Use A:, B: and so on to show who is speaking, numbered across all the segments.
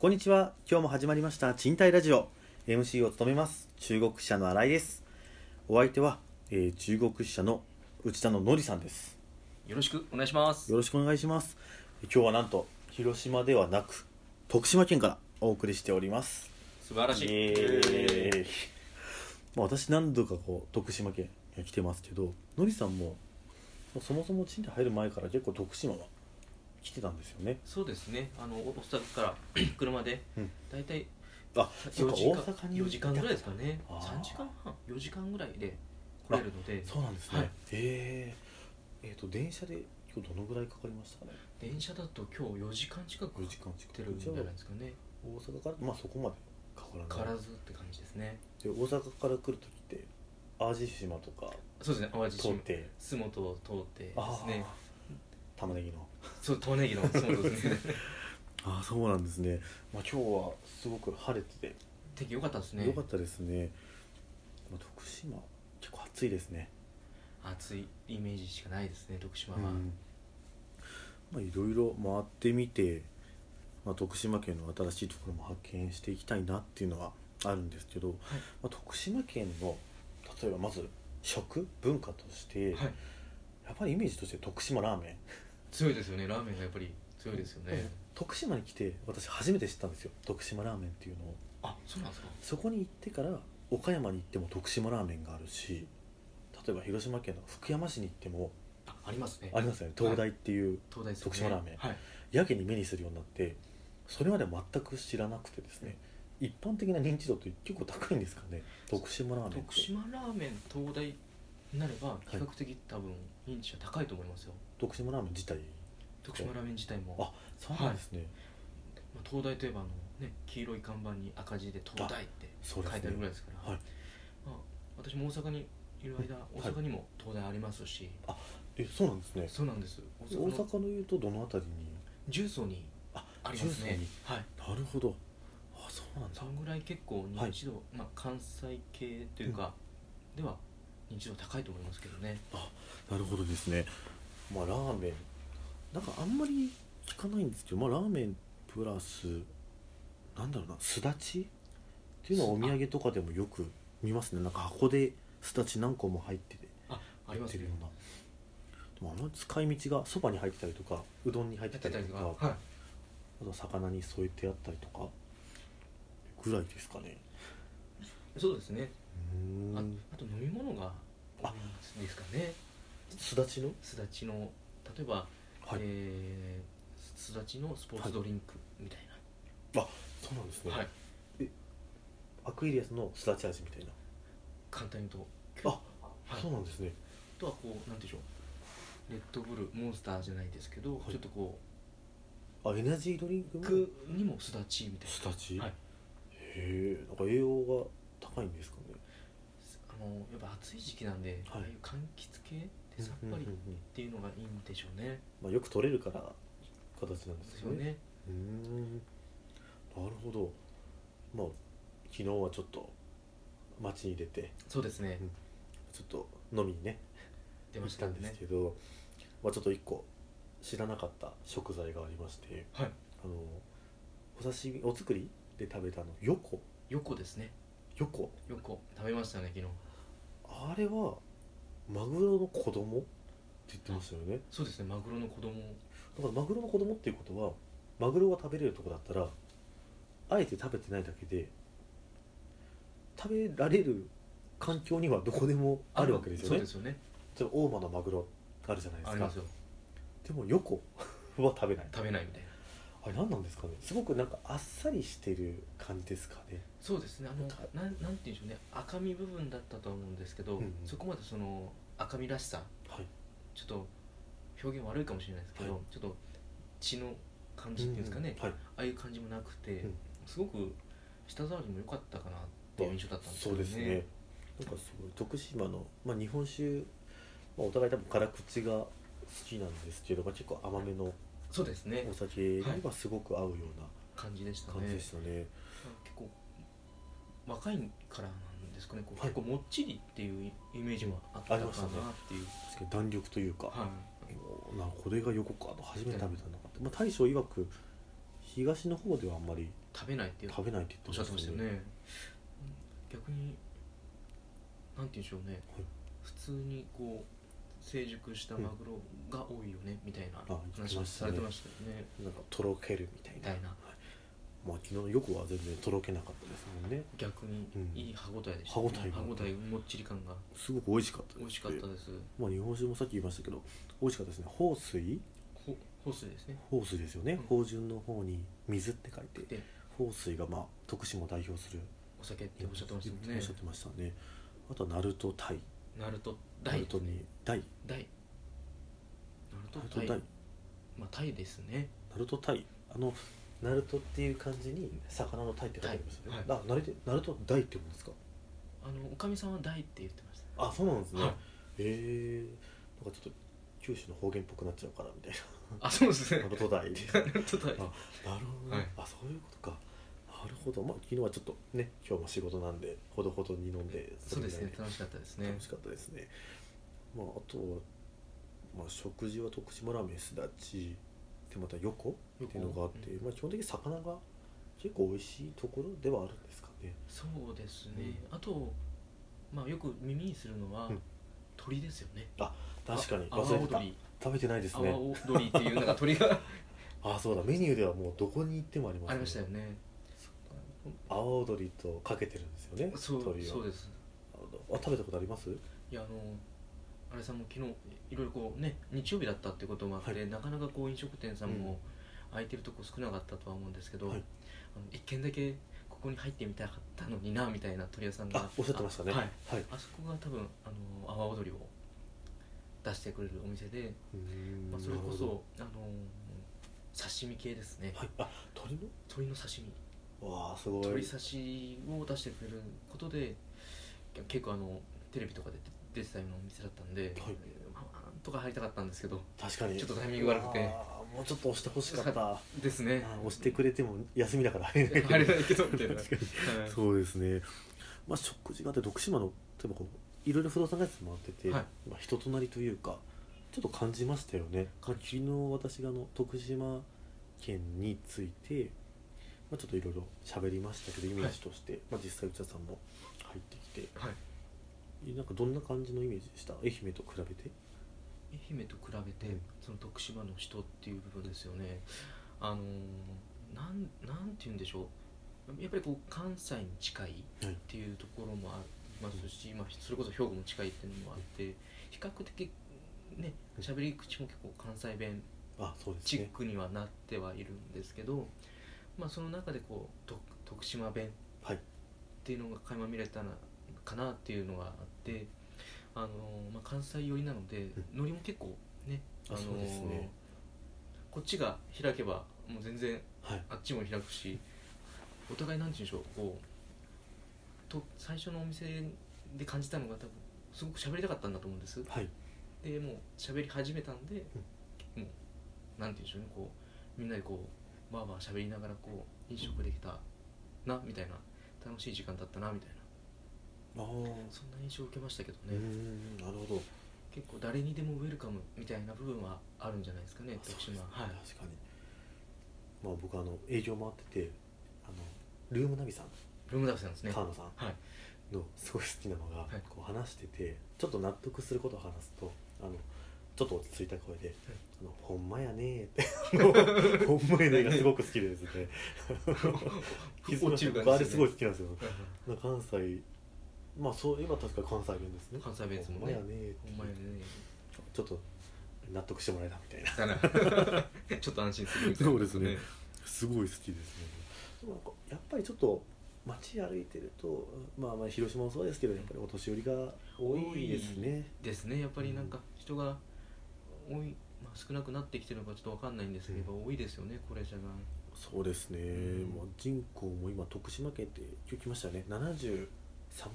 A: こんにちは。今日も始まりました賃貸ラジオ。MC を務めます中国支社の新井です。お相手は、えー中国支社の内田ののりさんです。
B: よろしくお願いします
A: よろしくお願いします。今日はなんと広島ではなく徳島県からお送りしております。
B: 素晴らしい
A: イエーイまあ私何度かこう徳島県に来てますけど、のりさんももうそもそも賃貸入る前から結構徳島は来てたんですよね。
B: そうですねあの大阪から 車で
A: うん
B: 大体
A: あ、そう
B: 4
A: か
B: 時
A: 大
B: 間
A: 阪に
B: 4時間ぐらいですかね
A: あー
B: 3時間半4時間ぐらいで来れるので
A: そうなんですね、
B: はい
A: えー、えーと電車で今日どのぐらいかかりましたかね
B: 電車だと今日4時間近く
A: 5
B: 行っ
A: 時間近
B: てるん
A: く
B: じ
A: じ
B: ゃ
A: ゃ
B: ない
A: あ
B: ですかね
A: 大阪からまあそこまでかか
B: 変
A: ら
B: わ
A: ない
B: らずって感じですね
A: で大阪から来るときって淡路島とか
B: そうですね淡路
A: 通っ
B: 島
A: て
B: 洲本を通ってで
A: あ
B: すね
A: ー玉ねぎの
B: そう東ネギの洲本ですね
A: ああそうなんですね、まあ、今日はすごく晴れて
B: 天気良かったです
A: て
B: ね
A: よかったですねまあ、徳島結構暑いですね、
B: 暑いイメージしかないですね徳島
A: う
B: は、
A: んまあ、いろいろ回ってみて、まあ、徳島県の新しいところも発見していきたいなっていうのはあるんですけど、まあ、徳島県の例えばまず食文化として、
B: はい
A: やっぱりイメージとして徳島ラーメン
B: 強いですよねラーメンがやっぱり強いですよね
A: 徳島に来て私初めて知ったんですよ徳島ラーメンっていうのを
B: あそうなんですか
A: そこに行ってから岡山に行っても徳島ラーメンがあるし例えば広島県の福山市に行っても
B: あありますね
A: ありますよね東大っていう
B: 東大ですよ
A: 徳島ラーメン
B: はい、
A: やけに目にするようになってそれまで全く知らなくてですね一般的な認知度って結構高いんですかね徳島ラーメンっ
B: 徳
A: て
B: 島ラーメン東大になれば比較的多分認知は高いと思いますよ、
A: 徳島ラーメン自体
B: 徳島ラーメン自体も、
A: あそうなんですね、
B: まあ、東大といえばあの、ね、黄色い看板に赤字で「東大」って
A: そ
B: 書
A: う
B: い
A: ですね
B: てあるぐらいですから
A: はい
B: まあ、私も大阪にいる間
A: い
B: 大阪にも東大ありますし、
A: えそうなんですね
B: そうなんです大
A: 大
B: の
A: 阪のいうとどのあたりに
B: 重曹に
A: あ
B: ありますね
A: に
B: はい
A: なるほどあそうなんだ
B: そのぐらい結構認知度、まあ、関西系というか、では認知度高いと思いますけどね
A: なるほどですねまあラーメンなんかあんまり聞かないんですけどまあラーメンプラスなんだろうなすだちっていうのはお土産とかでもよく見ますねなんか箱ですだち何個も入ってて
B: あありま
A: 売っ
B: す
A: て
B: ね
A: るようなでもあんまり使い道がそばに入ってたりとかうどんに入って
B: やったてた
A: り
B: り
A: と
B: と
A: か
B: か、はい
A: あと魚に添えてあったりとかぐらいですかね
B: そうですね。
A: うー
B: あ
A: ん
B: あと飲み物が多いんですかね。
A: すだちの
B: すだちの例えば、
A: はい、
B: えーすだちのスポーツドリンクみたい
A: そうなんですね、
B: な。はい。
A: アクエリアスのすだち味みたいな
B: 簡単に言うと。
A: あ
B: はい
A: そうなんですね
B: あとはこうなんていうんでしょう。レッドブルモンスターじゃないですけど、
A: はい
B: ちょっとこ
A: あエナジードリンク
B: う
A: も
B: 具にもすだちみたいな。
A: すだち、
B: はい
A: へえんか栄養が高いんですかね
B: あのやっぱ暑い時期なんで、
A: はい
B: ああいう柑橘系ってさっ
A: うんう
B: ぱり
A: ん
B: っ
A: うんうん
B: ていうのがいいんでしょうね。
A: まあ、よく取れるから形なんで
B: ですす
A: よ
B: よ
A: ね
B: ね。
A: うーんなるほどまあ昨日はちょっと街に出て
B: そうですね。
A: ちょっと飲みにね
B: 出
A: 行
B: ま
A: っ
B: した
A: た
B: ね
A: ん。ですけど、まあ、ちょっと一個知らなかった食材がありまして
B: はい。
A: あのお刺身お作りで食べたあの横
B: 横ですね。
A: 横
B: 横食べましたね昨日。
A: あれはマグロの子供って言ってましたよね
B: そうですね。マグロの子供
A: だからマグロの子供っていうことはマグロが食べれるとこだったらあえて食べてないだけで食べられる環境にはどこでもあるわけですよ
B: そう
A: ね
B: ですよね。
A: 例えば大間のマグロあるじゃないで
B: あ
A: す
B: り
A: か
B: ますよ。
A: でも横は食べない
B: 食べないみたいな。
A: あれ何なんですかねすごくなんかあっさりしてる感じですかね
B: そうですね。あの
A: た
B: なんなんていうんでしょうね。赤身部分だったと思うんですけど、
A: うんうん
B: そこまでその赤身らしさ、
A: はい
B: ちょっと表現悪いかもしれないですけど、
A: はい
B: ちょっと血の感じっていうんですかね。
A: はい
B: ああいう感じもなくて、
A: うん
B: すごく舌触りも良かったかなっていう印象だったんですけ
A: そう
B: どね。
A: ですねなんかすごい徳島の、まあ、日本酒、まあ、お互い多分辛口が好きなんですけど、まあ、結構甘めの
B: そうですね
A: お。酒にはすごく合うよう
B: 感じでした
A: な
B: ね。
A: 感じでしたね
B: 結構若いからなんですかね。こう
A: はい
B: 結構もっちりっていうイメージもあったか
A: あり
B: な
A: ま
B: っ
A: したね
B: ていう。
A: 確かに弾力というか、
B: はい。
A: なこれが横かと初めて食べたのかと、まあ、大将曰く東の方ではあんまり
B: 食べないって
A: 食べないって
B: お
A: 言っ
B: っしてゃってましたよね、うん逆になんて言うんでしょうね、
A: はい
B: 普通にこう成熟したマグロが多いよねみたいな
A: あ言って
B: 話
A: ま
B: を
A: した
B: さ
A: ね
B: れてましたよね
A: なんかとろけるみたい
B: み
A: な
B: たいな
A: まあ昨日のよくは全然とろけなかったですもんね
B: 逆に
A: うん
B: いい歯ごたえでした、ね
A: 歯応えが
B: 歯ごたえもっちり感が
A: すごく美味しかったです
B: 美味しかったです
A: まあ日本酒もさっき言いましたけど美味しかったですね豊水
B: ほホスですね
A: 豊水ですよね
B: うん
A: 芳醇の方に水って書いて
B: で
A: 豊水がまあ徳島を代表する
B: お酒っておっしゃってましたもんね
A: おっしゃってましたねあとは鳴門鯛
B: ナルト
A: 鳴
B: 大
A: 門に鯛
B: 大ナル
A: 鳴
B: ト
A: 門
B: 大
A: 鯛
B: まあタイですね
A: 鳴門鯛あの鳴門っていう漢字に魚の鯛って書いてありますよね、あ鳴門鳴門鯛って言うんですか
B: あのおかみさんは大って言ってました
A: あそうなんですね、
B: はい
A: えー、なんかちょっと九州の方言っぽくなっ ちゃうからみたい
B: あそうです
A: な鳴門鯛
B: ナルト大
A: あなるほど、
B: はい
A: あそういうことかなるほどまあ昨日はちょっとね今日も仕事なんでほどほどに飲んで
B: そうですね
A: れぐら
B: 楽しかったです
A: い
B: ね
A: 楽しかったですねまああとは、まあ、食事は徳島ラーメンすだちでまた横
B: 横
A: っていうのがあって、
B: う
A: まあ、基本的に魚が結構美味しいところではあるんですかね
B: そうですね、あとまあよく耳にするのは、
A: うん
B: 鳥ですよね
A: 確かに
B: あ
A: 忘
B: 阿波
A: れてた
B: 踊り
A: 食べてないです
B: 阿
A: ね
B: 波踊りっていうなんか鳥 が
A: あそうだメニューではもうどこに行ってもあります
B: ありましたよね
A: 阿波踊りとかけてるんですよね
B: そう
A: 鳥を
B: そうです
A: あ食べたことあります
B: いやあのあれさんも昨日いろいろこうね日曜日だったってこともあって、
A: はい
B: なかなかこう飲食店さんも空いてるとこ少なかったとは思うんですけど、
A: はい
B: あの一軒だけここに入ってみたかったのになみたいな鳥屋さんが
A: あおっしゃってましたね
B: あはい
A: はい
B: あそこが多分あの阿波踊りを出してくれるお店で、
A: うーん
B: まあ、それ
A: な
B: こ
A: るほ
B: そあの刺身系ですね、
A: どはいあ鳥の
B: 鳥の刺身
A: わあすごい
B: 鳥刺しを出してくれることで結構あのテレビとかで出てたようなお店だったんで、
A: はい
B: まあなんとか入りたかったんですけど
A: 確かに
B: ちょっとタイミング悪くて
A: あーもうちょっと押してほしかったあ
B: です ね
A: ー押してくれても休みだから入れ
B: 入れ
A: ない
B: ないけどみたいな、
A: 確かに
B: はい
A: そうですねまあ食事があって徳島の例えばこういろいろ不動産会社回ってて、
B: はい
A: まあ、人となりというかちょっと感じましたよね昨日私があの徳島県について、まあ、ちょっといろいろ喋りましたけどイメージとして、まあ、実際内田さんも入ってきて
B: はい
A: なんかどんな感じのイメージでした愛媛と比べて
B: 愛媛と比べて、
A: うん
B: その徳島の人っていう部分ですよねあのーなんなんて言うんでしょうやっぱりこう関西に近いっていうところもありますし、まあ、それこそ兵庫も近いっていうのもあって比較的ね喋り口も結構関西弁
A: あそうです
B: チッ
A: ね
B: クにはなってはいるんですけど、まあ、その中でこうと徳島弁っ
A: はい
B: ていうのが垣間見れたなかなっていうのがあって、あのまあ、関西寄りなのでノリも結構ね,、
A: あ
B: の
A: そうですね
B: こっちが開けばもう全然
A: はい
B: あっちも開くしお互いなんて言うんでしょうこうと最初のお店で感じたのが多分すごく喋りたかったんだと思うんです
A: はい
B: でもう喋り始めたんで、もうなんて言うんでしょうねこうみんなでこうわーわー喋りながらこう飲食できたなみたいな楽しい時間だったなみたいな
A: ああ
B: そんな印象を受けましたけど
A: うー
B: ね、
A: んなるほど
B: 結構誰にでもウェルカムみたいな部分はあるんじゃないですかね
A: そうです
B: 徳島
A: ね
B: はい
A: 確かにまあ僕あの営業回っててあのルームナビさん、
B: ルームダブスなんですね
A: 川野さん
B: はい
A: のすごい好きなのが、
B: はい
A: こう話しててちょっと納得することを話すとあのちょっと落ち着いた声で「あのほんまやね」って「 あのほんまやね」がすごく好きでですね気づきま
B: 落
A: し
B: ち
A: た
B: る感
A: 僕あれ
B: じですす
A: ご
B: ね
A: い好きなんですよ
B: はいはい
A: まあ関西まあそういえば確か関西弁ですね
B: 関西弁ですもん
A: ほんま
B: ね
A: やねって
B: ほんまやね
A: ちょっと納得してもらえたみたいな
B: だなちょっと安心するみたいな
A: そうですねすごい好きですねでもなんかやっぱりちょっと街歩いてるとまあまあ広島もそうですけどやっぱりお年寄りが多いですね
B: ですねやっぱりなんか人が多い、まあ、少なくなってきてるのかちょっとわかんないんですけど、多いですよね高齢者が
A: そうですね、
B: うん
A: まあ、人口も今徳島県って今日来ましたよね73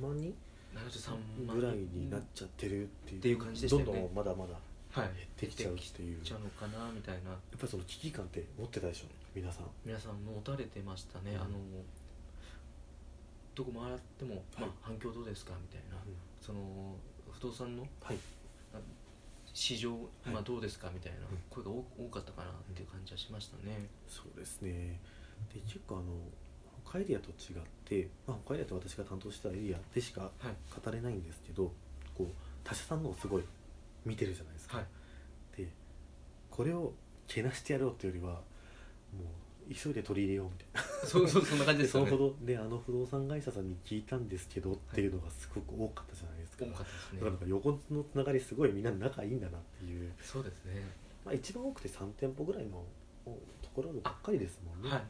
A: 万人
B: 73万
A: ぐらいになっちゃってるっていう,、
B: っていう感じでしたよね
A: どんどんまだまだや
B: はい
A: ってきちゃうっていう
B: 減ってきちゃうのかなみたいな
A: っぱりその危機感って持ってたでしょ皆さん
B: 皆さん持たれてましたね、
A: うん
B: あのどこ回っても、ま
A: はい、
B: あ反響どうですかみたいな、
A: うん
B: その不動産の
A: はい
B: 市場、
A: い
B: まあ、どうですかみたいな
A: うん
B: 声が多多かったかなっていう感じはしましたね、
A: そうですねで結構あの北海エリアと違って、まあ、北海エリアって私が担当してたエリアでしか
B: はい
A: 語れないんですけど、こう他社さんのをすごい見てるじゃないですか、
B: はい
A: でこれをけなしてやろうっていうよりはもう急いで取り入れようみたいな
B: そうそうそんな感じ
A: で
B: です
A: そ
B: よ
A: の
B: ね
A: ほどであの不動産会社さんに聞いたんですけどっていうのがすごく多かったじゃないですか、
B: 多かったです
A: だ
B: ね
A: からなんか横のつながりすごいみんな仲いいんだなっていう、
B: そうですね
A: まあ、一番多くて3店舗ぐらいのおところばっかりですもんね、
B: はい
A: うん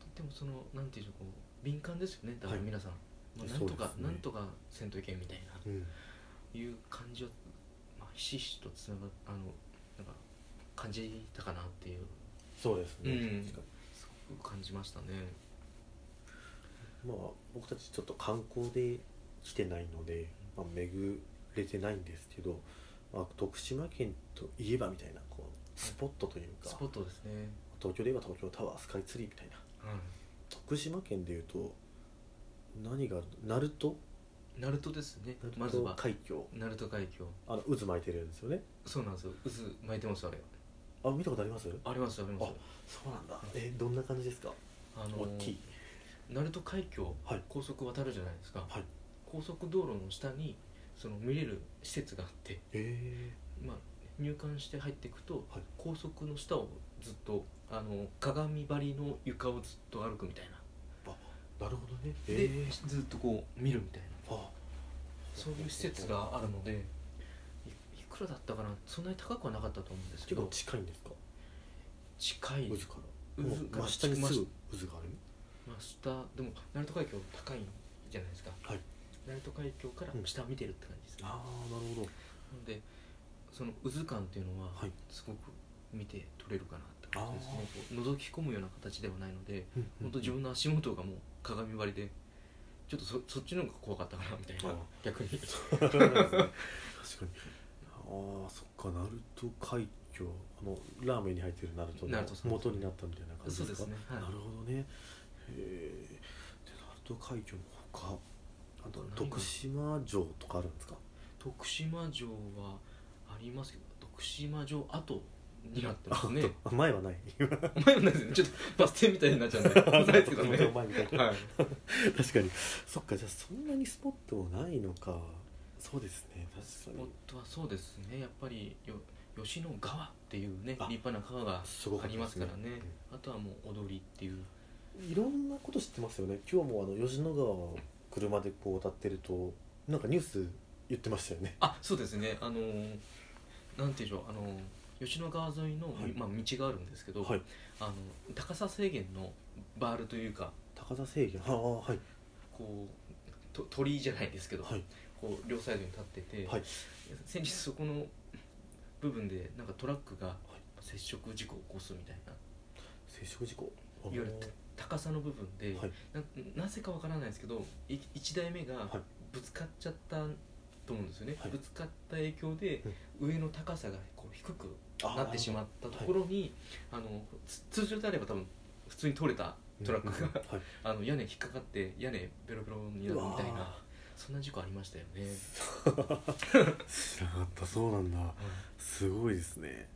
B: とってもそのなんていうのこう敏感ですよねだから
A: はい
B: 皆さん、まあな
A: そ
B: ん
A: う
B: と
A: ですね
B: か、なんとかせんといけんみたいな
A: うん
B: いう感じを、まあ、ひしひしとつながあのなんか感じたかなっていう
A: そうですね、
B: うん
A: 確か
B: すごく感じましたね
A: にまあ僕たちちょっと観光で来てないので、まあ、巡れてないんですけど、まあ、徳島県といえばみたいなこうスポットという
B: ス
A: か
B: ポットですね
A: 東京で言えば東京タワースカイツリーみたいな
B: はい
A: 徳島県でいうと何がある鳴門
B: 鳴門ですね
A: 鳴
B: まず
A: 門
B: は
A: 海峡
B: 鳴門海峡
A: あの渦巻いてるんですよね
B: そうなんですよ渦巻いてますあれ
A: あ見たことあります
B: ありますあります
A: そうなんだえどんな感じですか、
B: あの
A: 大きい
B: 鳴門海峡
A: はい
B: 高速渡るじゃないですか、
A: はい
B: 高速道路の下にその見れる施設があって、
A: え
B: まあ、入館して入っていくと、
A: はい
B: 高速の下をずっとあの鏡張りの床をずっと歩くみたいな
A: ー、なるほどね
B: で、
A: え
B: ずっとこう見るみたいな
A: ー、あ
B: そういう施設があるのでいいくらだったかなそんなに高くはなかったと思うんですけ
A: 結構
B: ど
A: 近いんですか
B: 近い
A: 渦
B: 渦
A: から
B: から
A: もう真下に
B: 真
A: す
B: 下
A: ぐ渦がある
B: 真下でも鳴門海峡高いじゃないですか、
A: はい
B: 鳴門海峡から下を見てるって感じです、ね
A: ああなるほど
B: なのでその渦感っていうのは
A: はい
B: すごく見て取れるかなって感じですね
A: あ、
B: こう覗き込むような形ではないので本当自分の足元がもう鏡張りでちょっとそそっちの方が怖かったかなみたい
A: あ
B: な
A: ー
B: 逆に
A: 確かにああそっか鳴門海峡あのラーメンに入ってる鳴門の
B: 鳴門さん
A: 元になったみたいな感じ
B: そう
A: です
B: で
A: か
B: すね、はい、
A: なるほどねへえで鳴門海峡のほかあと
B: 何が
A: 徳島城とかあるんですか
B: 徳島城はありますけど徳島城跡になってますね
A: あ前はない
B: 前もないですねちょっとバス停みたいになっち ゃうんでないですけど
A: 徳島
B: ね
A: 城前みたいな
B: はい
A: 確かにそっかじゃあそんなにスポットもないのかそうですね
B: ス
A: 確か
B: ポッ
A: に
B: トはそうですねやっぱりよ吉野川っていうね
A: あ
B: 立派な川が
A: すごか
B: あ
A: った
B: り
A: で
B: ます
A: す
B: か
A: ね
B: らねあとはもう踊りっていう
A: いろんなこと知ってますよね今日もあの吉野川を車でこう渡ってるとなんかニュース言ってましたよね
B: あそうですねあのーなんていうんでしょうあのー吉野川沿いの、
A: はい
B: まあ、道があるんですけど、
A: はい
B: あの高さ制限のバールというか
A: 高田制限はあはい
B: こうと鳥居じゃないですけど、
A: はい
B: こう両サイドに立ってて、
A: はい
B: 先日そこの部分でなんかトラックが
A: い
B: 接触事故を起こすみたいな、
A: 接触事故あ
B: いわゆる高さの部分で、
A: はい
B: ななぜかわからないですけどい1台目が
A: はい
B: ぶつかっちゃったと思うんですよね、
A: はい
B: ぶつかった影響で、上の高さがこう低く
A: あ
B: なってしまったところにあ、のつ通常であれば多分普通に取れたトラックが、
A: はい
B: あの屋根引っかかって屋根ベロベロになるみたいうな
A: わ
B: そんな事故ありましたよね、
A: 知らなかったそうなんだすごいですね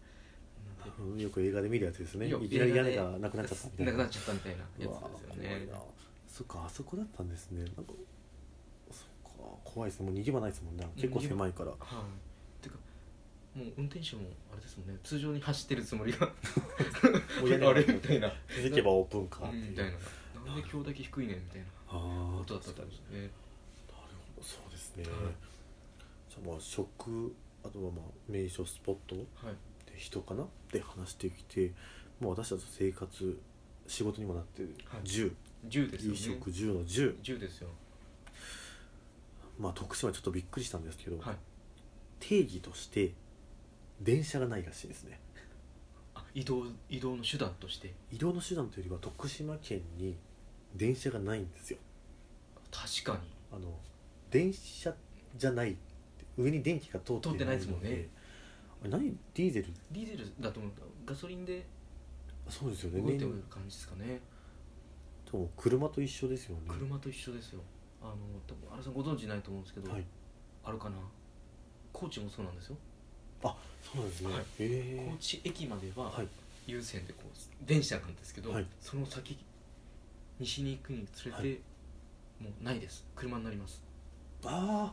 A: うんよく映画で見るやつですね
B: いや
A: いきなり屋根
B: 映画で
A: がなくなっちゃったみたい
B: な
A: な
B: くなっちゃったみたいなやつ
A: うわー
B: ですよね
A: 怖いなそっかあそこだったんですねなんかそっか怖いですねもう逃げ場ないですもんね結構狭いから
B: はい、てかもう運転手もあれですもんね通常に走ってるつもりが
A: もう屋根が
B: あれみたいな
A: 気づけばオープンカーっていう
B: みたいななんで今日だけ低いねんみたいな
A: ああ
B: 音だったと思うんですよね
A: なるほどそうですね、
B: はい
A: じゃあまあ食あとはまあ名所スポットで
B: はい
A: 人かなって話してきてもう私たちの生活仕事にもなってる、
B: はい
A: 10
B: 銃ですよ
A: 飲
B: ね
A: 食10の10
B: 銃ですよ
A: まあ徳島ちょっとびっくりしたんですけど、
B: はい
A: 定義として電車がないらしいですね
B: あ移動移動の手段として
A: 移動の手段というよりは徳島県に電車がないんですよ
B: 確かに
A: あの電車じゃない上に電気が通って
B: 通ってないですもんね
A: のあれ何ディーゼル
B: ディーゼルだと思うガソリンで
A: そうですよね
B: 動いて
A: 燃
B: る
A: 料
B: 感じですかね
A: とも車と一緒ですよね
B: 車と一緒ですよあの多分あれさんご存知ないと思うんですけど、
A: はい
B: あるかな高知もそうなんですよ、
A: そうなんですね、
B: はい
A: え
B: 高知駅までは
A: はい
B: 優先でこう電車なんですけど、
A: はい
B: その先西に行くにつれて、
A: は
B: もうないです車になります
A: ああ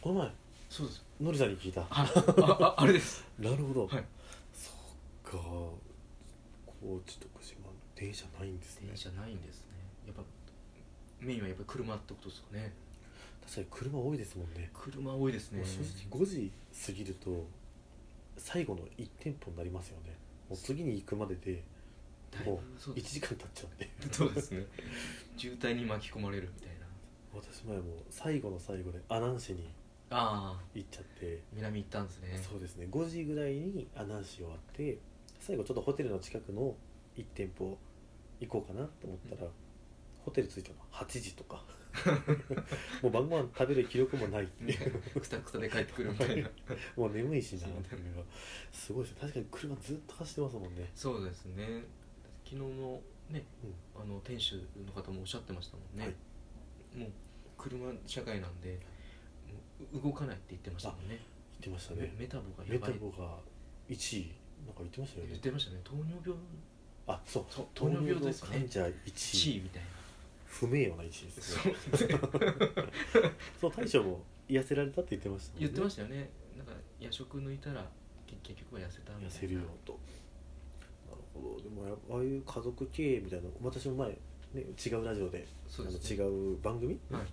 A: この前
B: そうです
A: のりさんに聞いた
B: ああああれです
A: なるほど、
B: はい
A: そっか高知徳島電車ないんですね
B: 電車ないんですねやっぱメインはやっぱり車ってことですかね
A: 確かに車多いですもんね
B: 車多いですね
A: もう正直5時過ぎると最後の1店舗になりますよねもう次に行くまでで
B: だい
A: も
B: ぶそう
A: 1
B: です
A: 時間経っちゃうんで
B: そうですね渋滞に巻き込まれるみたいな
A: 私前もう最後の最後で阿南市に
B: ああ
A: 行っちゃって、
B: 南行ったんですね
A: そうですね5時ぐらいに阿南市終わって最後ちょっとホテルの近くの1店舗行こうかなと思ったら、ホテル着いたの8時とか もう晩ご飯食べる気力もないっていう
B: ねくたくたで帰ってくるみたいな
A: もう眠いしな
B: そう
A: っていうのがすごいですね確かに車ずっと走ってますもんね
B: そうですね昨日のね、
A: う
B: あの店主の方もおっしゃってましたもんね、
A: はい
B: もう車社会なんでもう動かないって言ってましたもんね
A: 行ってましたね
B: メメタボが
A: メ
B: やば
A: タ
B: い
A: ボが1位なんか言ってましたよ
B: 言っ
A: ね
B: てましたね糖尿病
A: あそう
B: そう
A: 糖
B: 糖
A: 尿病
B: 尿病
A: の
B: ですね
A: 患者1
B: C
A: 位
B: みたいな
A: 不名誉な1位ですね
B: そう
A: そう大将も痩せられたって言ってましたもん
B: 言
A: ね
B: ってましたよねなんか夜食抜いたらけ結局は痩せたみたいな
A: 痩せるよとなるほどでもやああいう家族経営みたいな私も前、ね、違うラジオで
B: そうです、
A: あの違う番組、
B: はい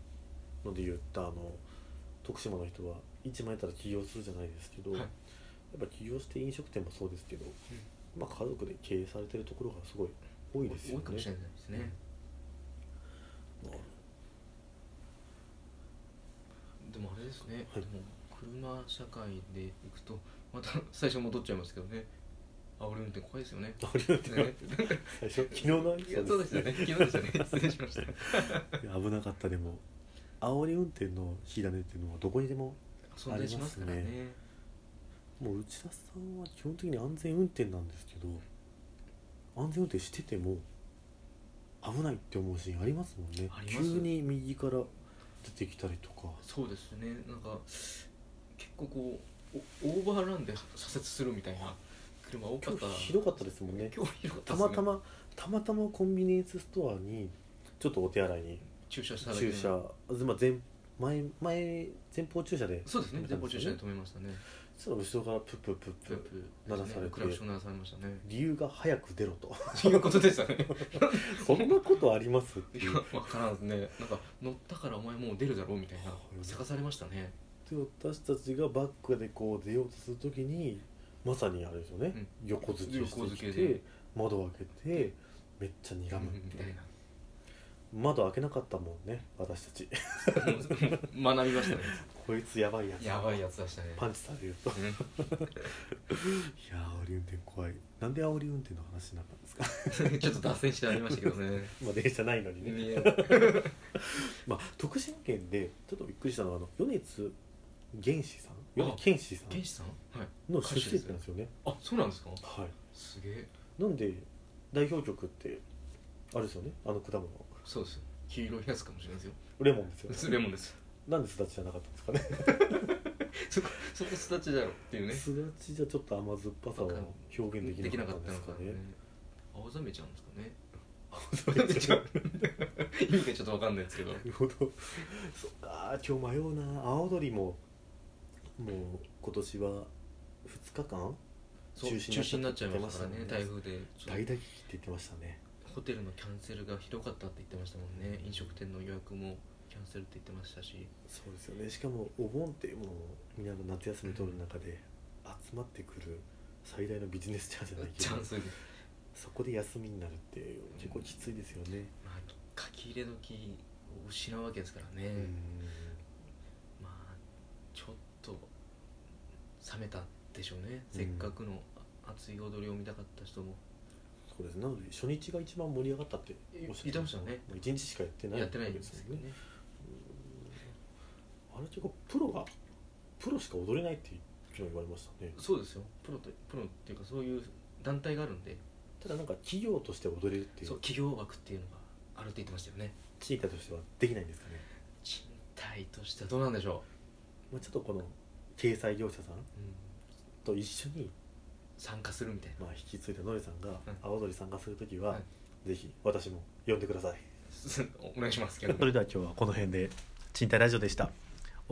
A: ので言ったあの徳島の人は1枚やったら起業するじゃないですけど、
B: はい
A: やっぱ起業して飲食店もそうですけど、まあ、家族で経営されてるところがすごい多いですよ
B: 多
A: ね
B: いかもしれないですね、
A: なるほど
B: でもあれですね、
A: はい
B: でも車社会で行くとまた最初戻っちゃいますけどねあ俺運転怖いですよ ね
A: ありがとうございます
B: ね
A: 最初昨日の
B: いやそうです よね昨日でしたね失礼しました
A: いや危なかったでも煽り運転の火種っていうのはどこにでも
B: 存在しますからね
A: ありもう内田さんは基本的に安全運転なんですけど安全運転してても危ないって思うシーンありますもんね
B: あり
A: 急
B: ます
A: に右から出てきたりとか
B: そうですねなんか結構こうおオーバーランで左折するみたいな車多か
A: 今
B: った
A: 日ひどかったですもんね
B: 今日ひどかった
A: た
B: です
A: また
B: ね
A: またまたまコンビニエンスストアにちょっとお手洗いに
B: 駐車しただ
A: 駐
B: けで
A: 車ずまあ前前前前方駐車で
B: そうです
A: 止
B: ね
A: めたん
B: 前方
A: ですよ
B: 駐
A: ね
B: 車で止めましたね
A: そしたら後ろからプップップッ
B: プー
A: プ
B: プ
A: 鳴
B: ー
A: らされて
B: クラクション鳴らされましたね
A: 理由が早く出ろと
B: ということでしたね
A: そんなことありますって
B: い
A: い
B: や
A: う
B: 分からんですねなんか乗ったからお前もう出るだろうみたいな
A: はあ
B: せかされましたね
A: で私たちがバックでこう出ようとするときにまさにあれですよね、
B: う
A: 横付けをして
B: 横
A: き
B: 付け
A: て
B: で
A: 窓を開けてめっちゃ睨むっ
B: み
A: て
B: た
A: いう
B: いな
A: 窓開けなかったもんね私たち
B: もうもう学びましたね
A: こいつやばいやつだ
B: やばいやつでしたね
A: パンチされるとい
B: うん
A: やー煽り運転怖いなんで煽り運転の話になったんですか
B: ちょっと脱線してありましたけどね。
A: まあ電車ないのにね、
B: ね
A: まあ徳島県でちょっとびっくりしたのはあの米津玄師さん米
B: あ
A: 津玄師さ
B: ケン
A: ん
B: シさん。はい。
A: の出身地なんですよね
B: あ、そうなんですか。
A: はい
B: すげえ。
A: なんで代表曲ってあれですよねあの果物
B: そうですよ。黄色いやつかもしれないで
A: レモンですよね
B: すよ。レモンです。
A: なんですだちじゃなかったんですかね
B: そこ、そこすだちだろっていうね。
A: すだちじゃちょっと甘酸っぱさを表現で
B: で
A: き
B: き
A: な
B: な
A: か
B: か
A: っ
B: った
A: んです
B: たの
A: か
B: かね
A: ね。
B: 青ざめちゃうんですかね。
A: そう
B: 青ざ
A: で
B: め
A: す
B: ちゃ
A: ね
B: う。 意味がちょっとわかんないですけど。
A: なるほどそっか今日迷うな青鳥ももう今年は2日間
B: そう
A: 中
B: 中
A: 止になっちゃった
B: 止になっちゃいましたからね
A: 出。てま
B: 台
A: したも
B: 風で。
A: 大打撃って言ってましたね
B: ホテルのキャンセルがひどかったって言ってましたもんね。飲食店の予約もキャンセルって言ってましたし。
A: そうですよねしかもお盆っていうものもみんなの夏休み取る中で集まってくる最大のビジネスチャンスじゃないけ
B: チャ
A: ど
B: ンスです。
A: そこで休みになるって結構きついですよね、
B: まあ、書き入れ時を失うわけですからね、
A: うん
B: まあちょっと冷めたでしょうね、せっかくの熱い踊りを見たかった人も
A: そうですなので初日が一番盛り上がったっておっしゃって
B: 言ってましたね
A: もう一日しかやってない
B: やってない
A: わけ
B: で
A: です
B: す
A: よ
B: よ
A: ね
B: ね
A: あれ結構プロがプロしか踊れないって昨日言われましたね
B: そうですよプロとプロっていうかそういう団体があるんで
A: ただなんか企業として踊れるってい
B: そう
A: う
B: 企業枠っていうのがあるって言ってましたよね
A: チータとしてはできないんですかね、
B: 賃貸としてはどうなんでしょ
A: まあ、ちょっとこの掲載業者さん
B: う、うん、
A: と一緒に、
B: 参加するみたいな
A: まあ、引き継いだノリさんが
B: うん
A: 青鳥さんがする時
B: は
A: は、ぜひ私も呼んでください
C: お願いしますけど
A: それでは今日はこの辺で賃貸ラジオでした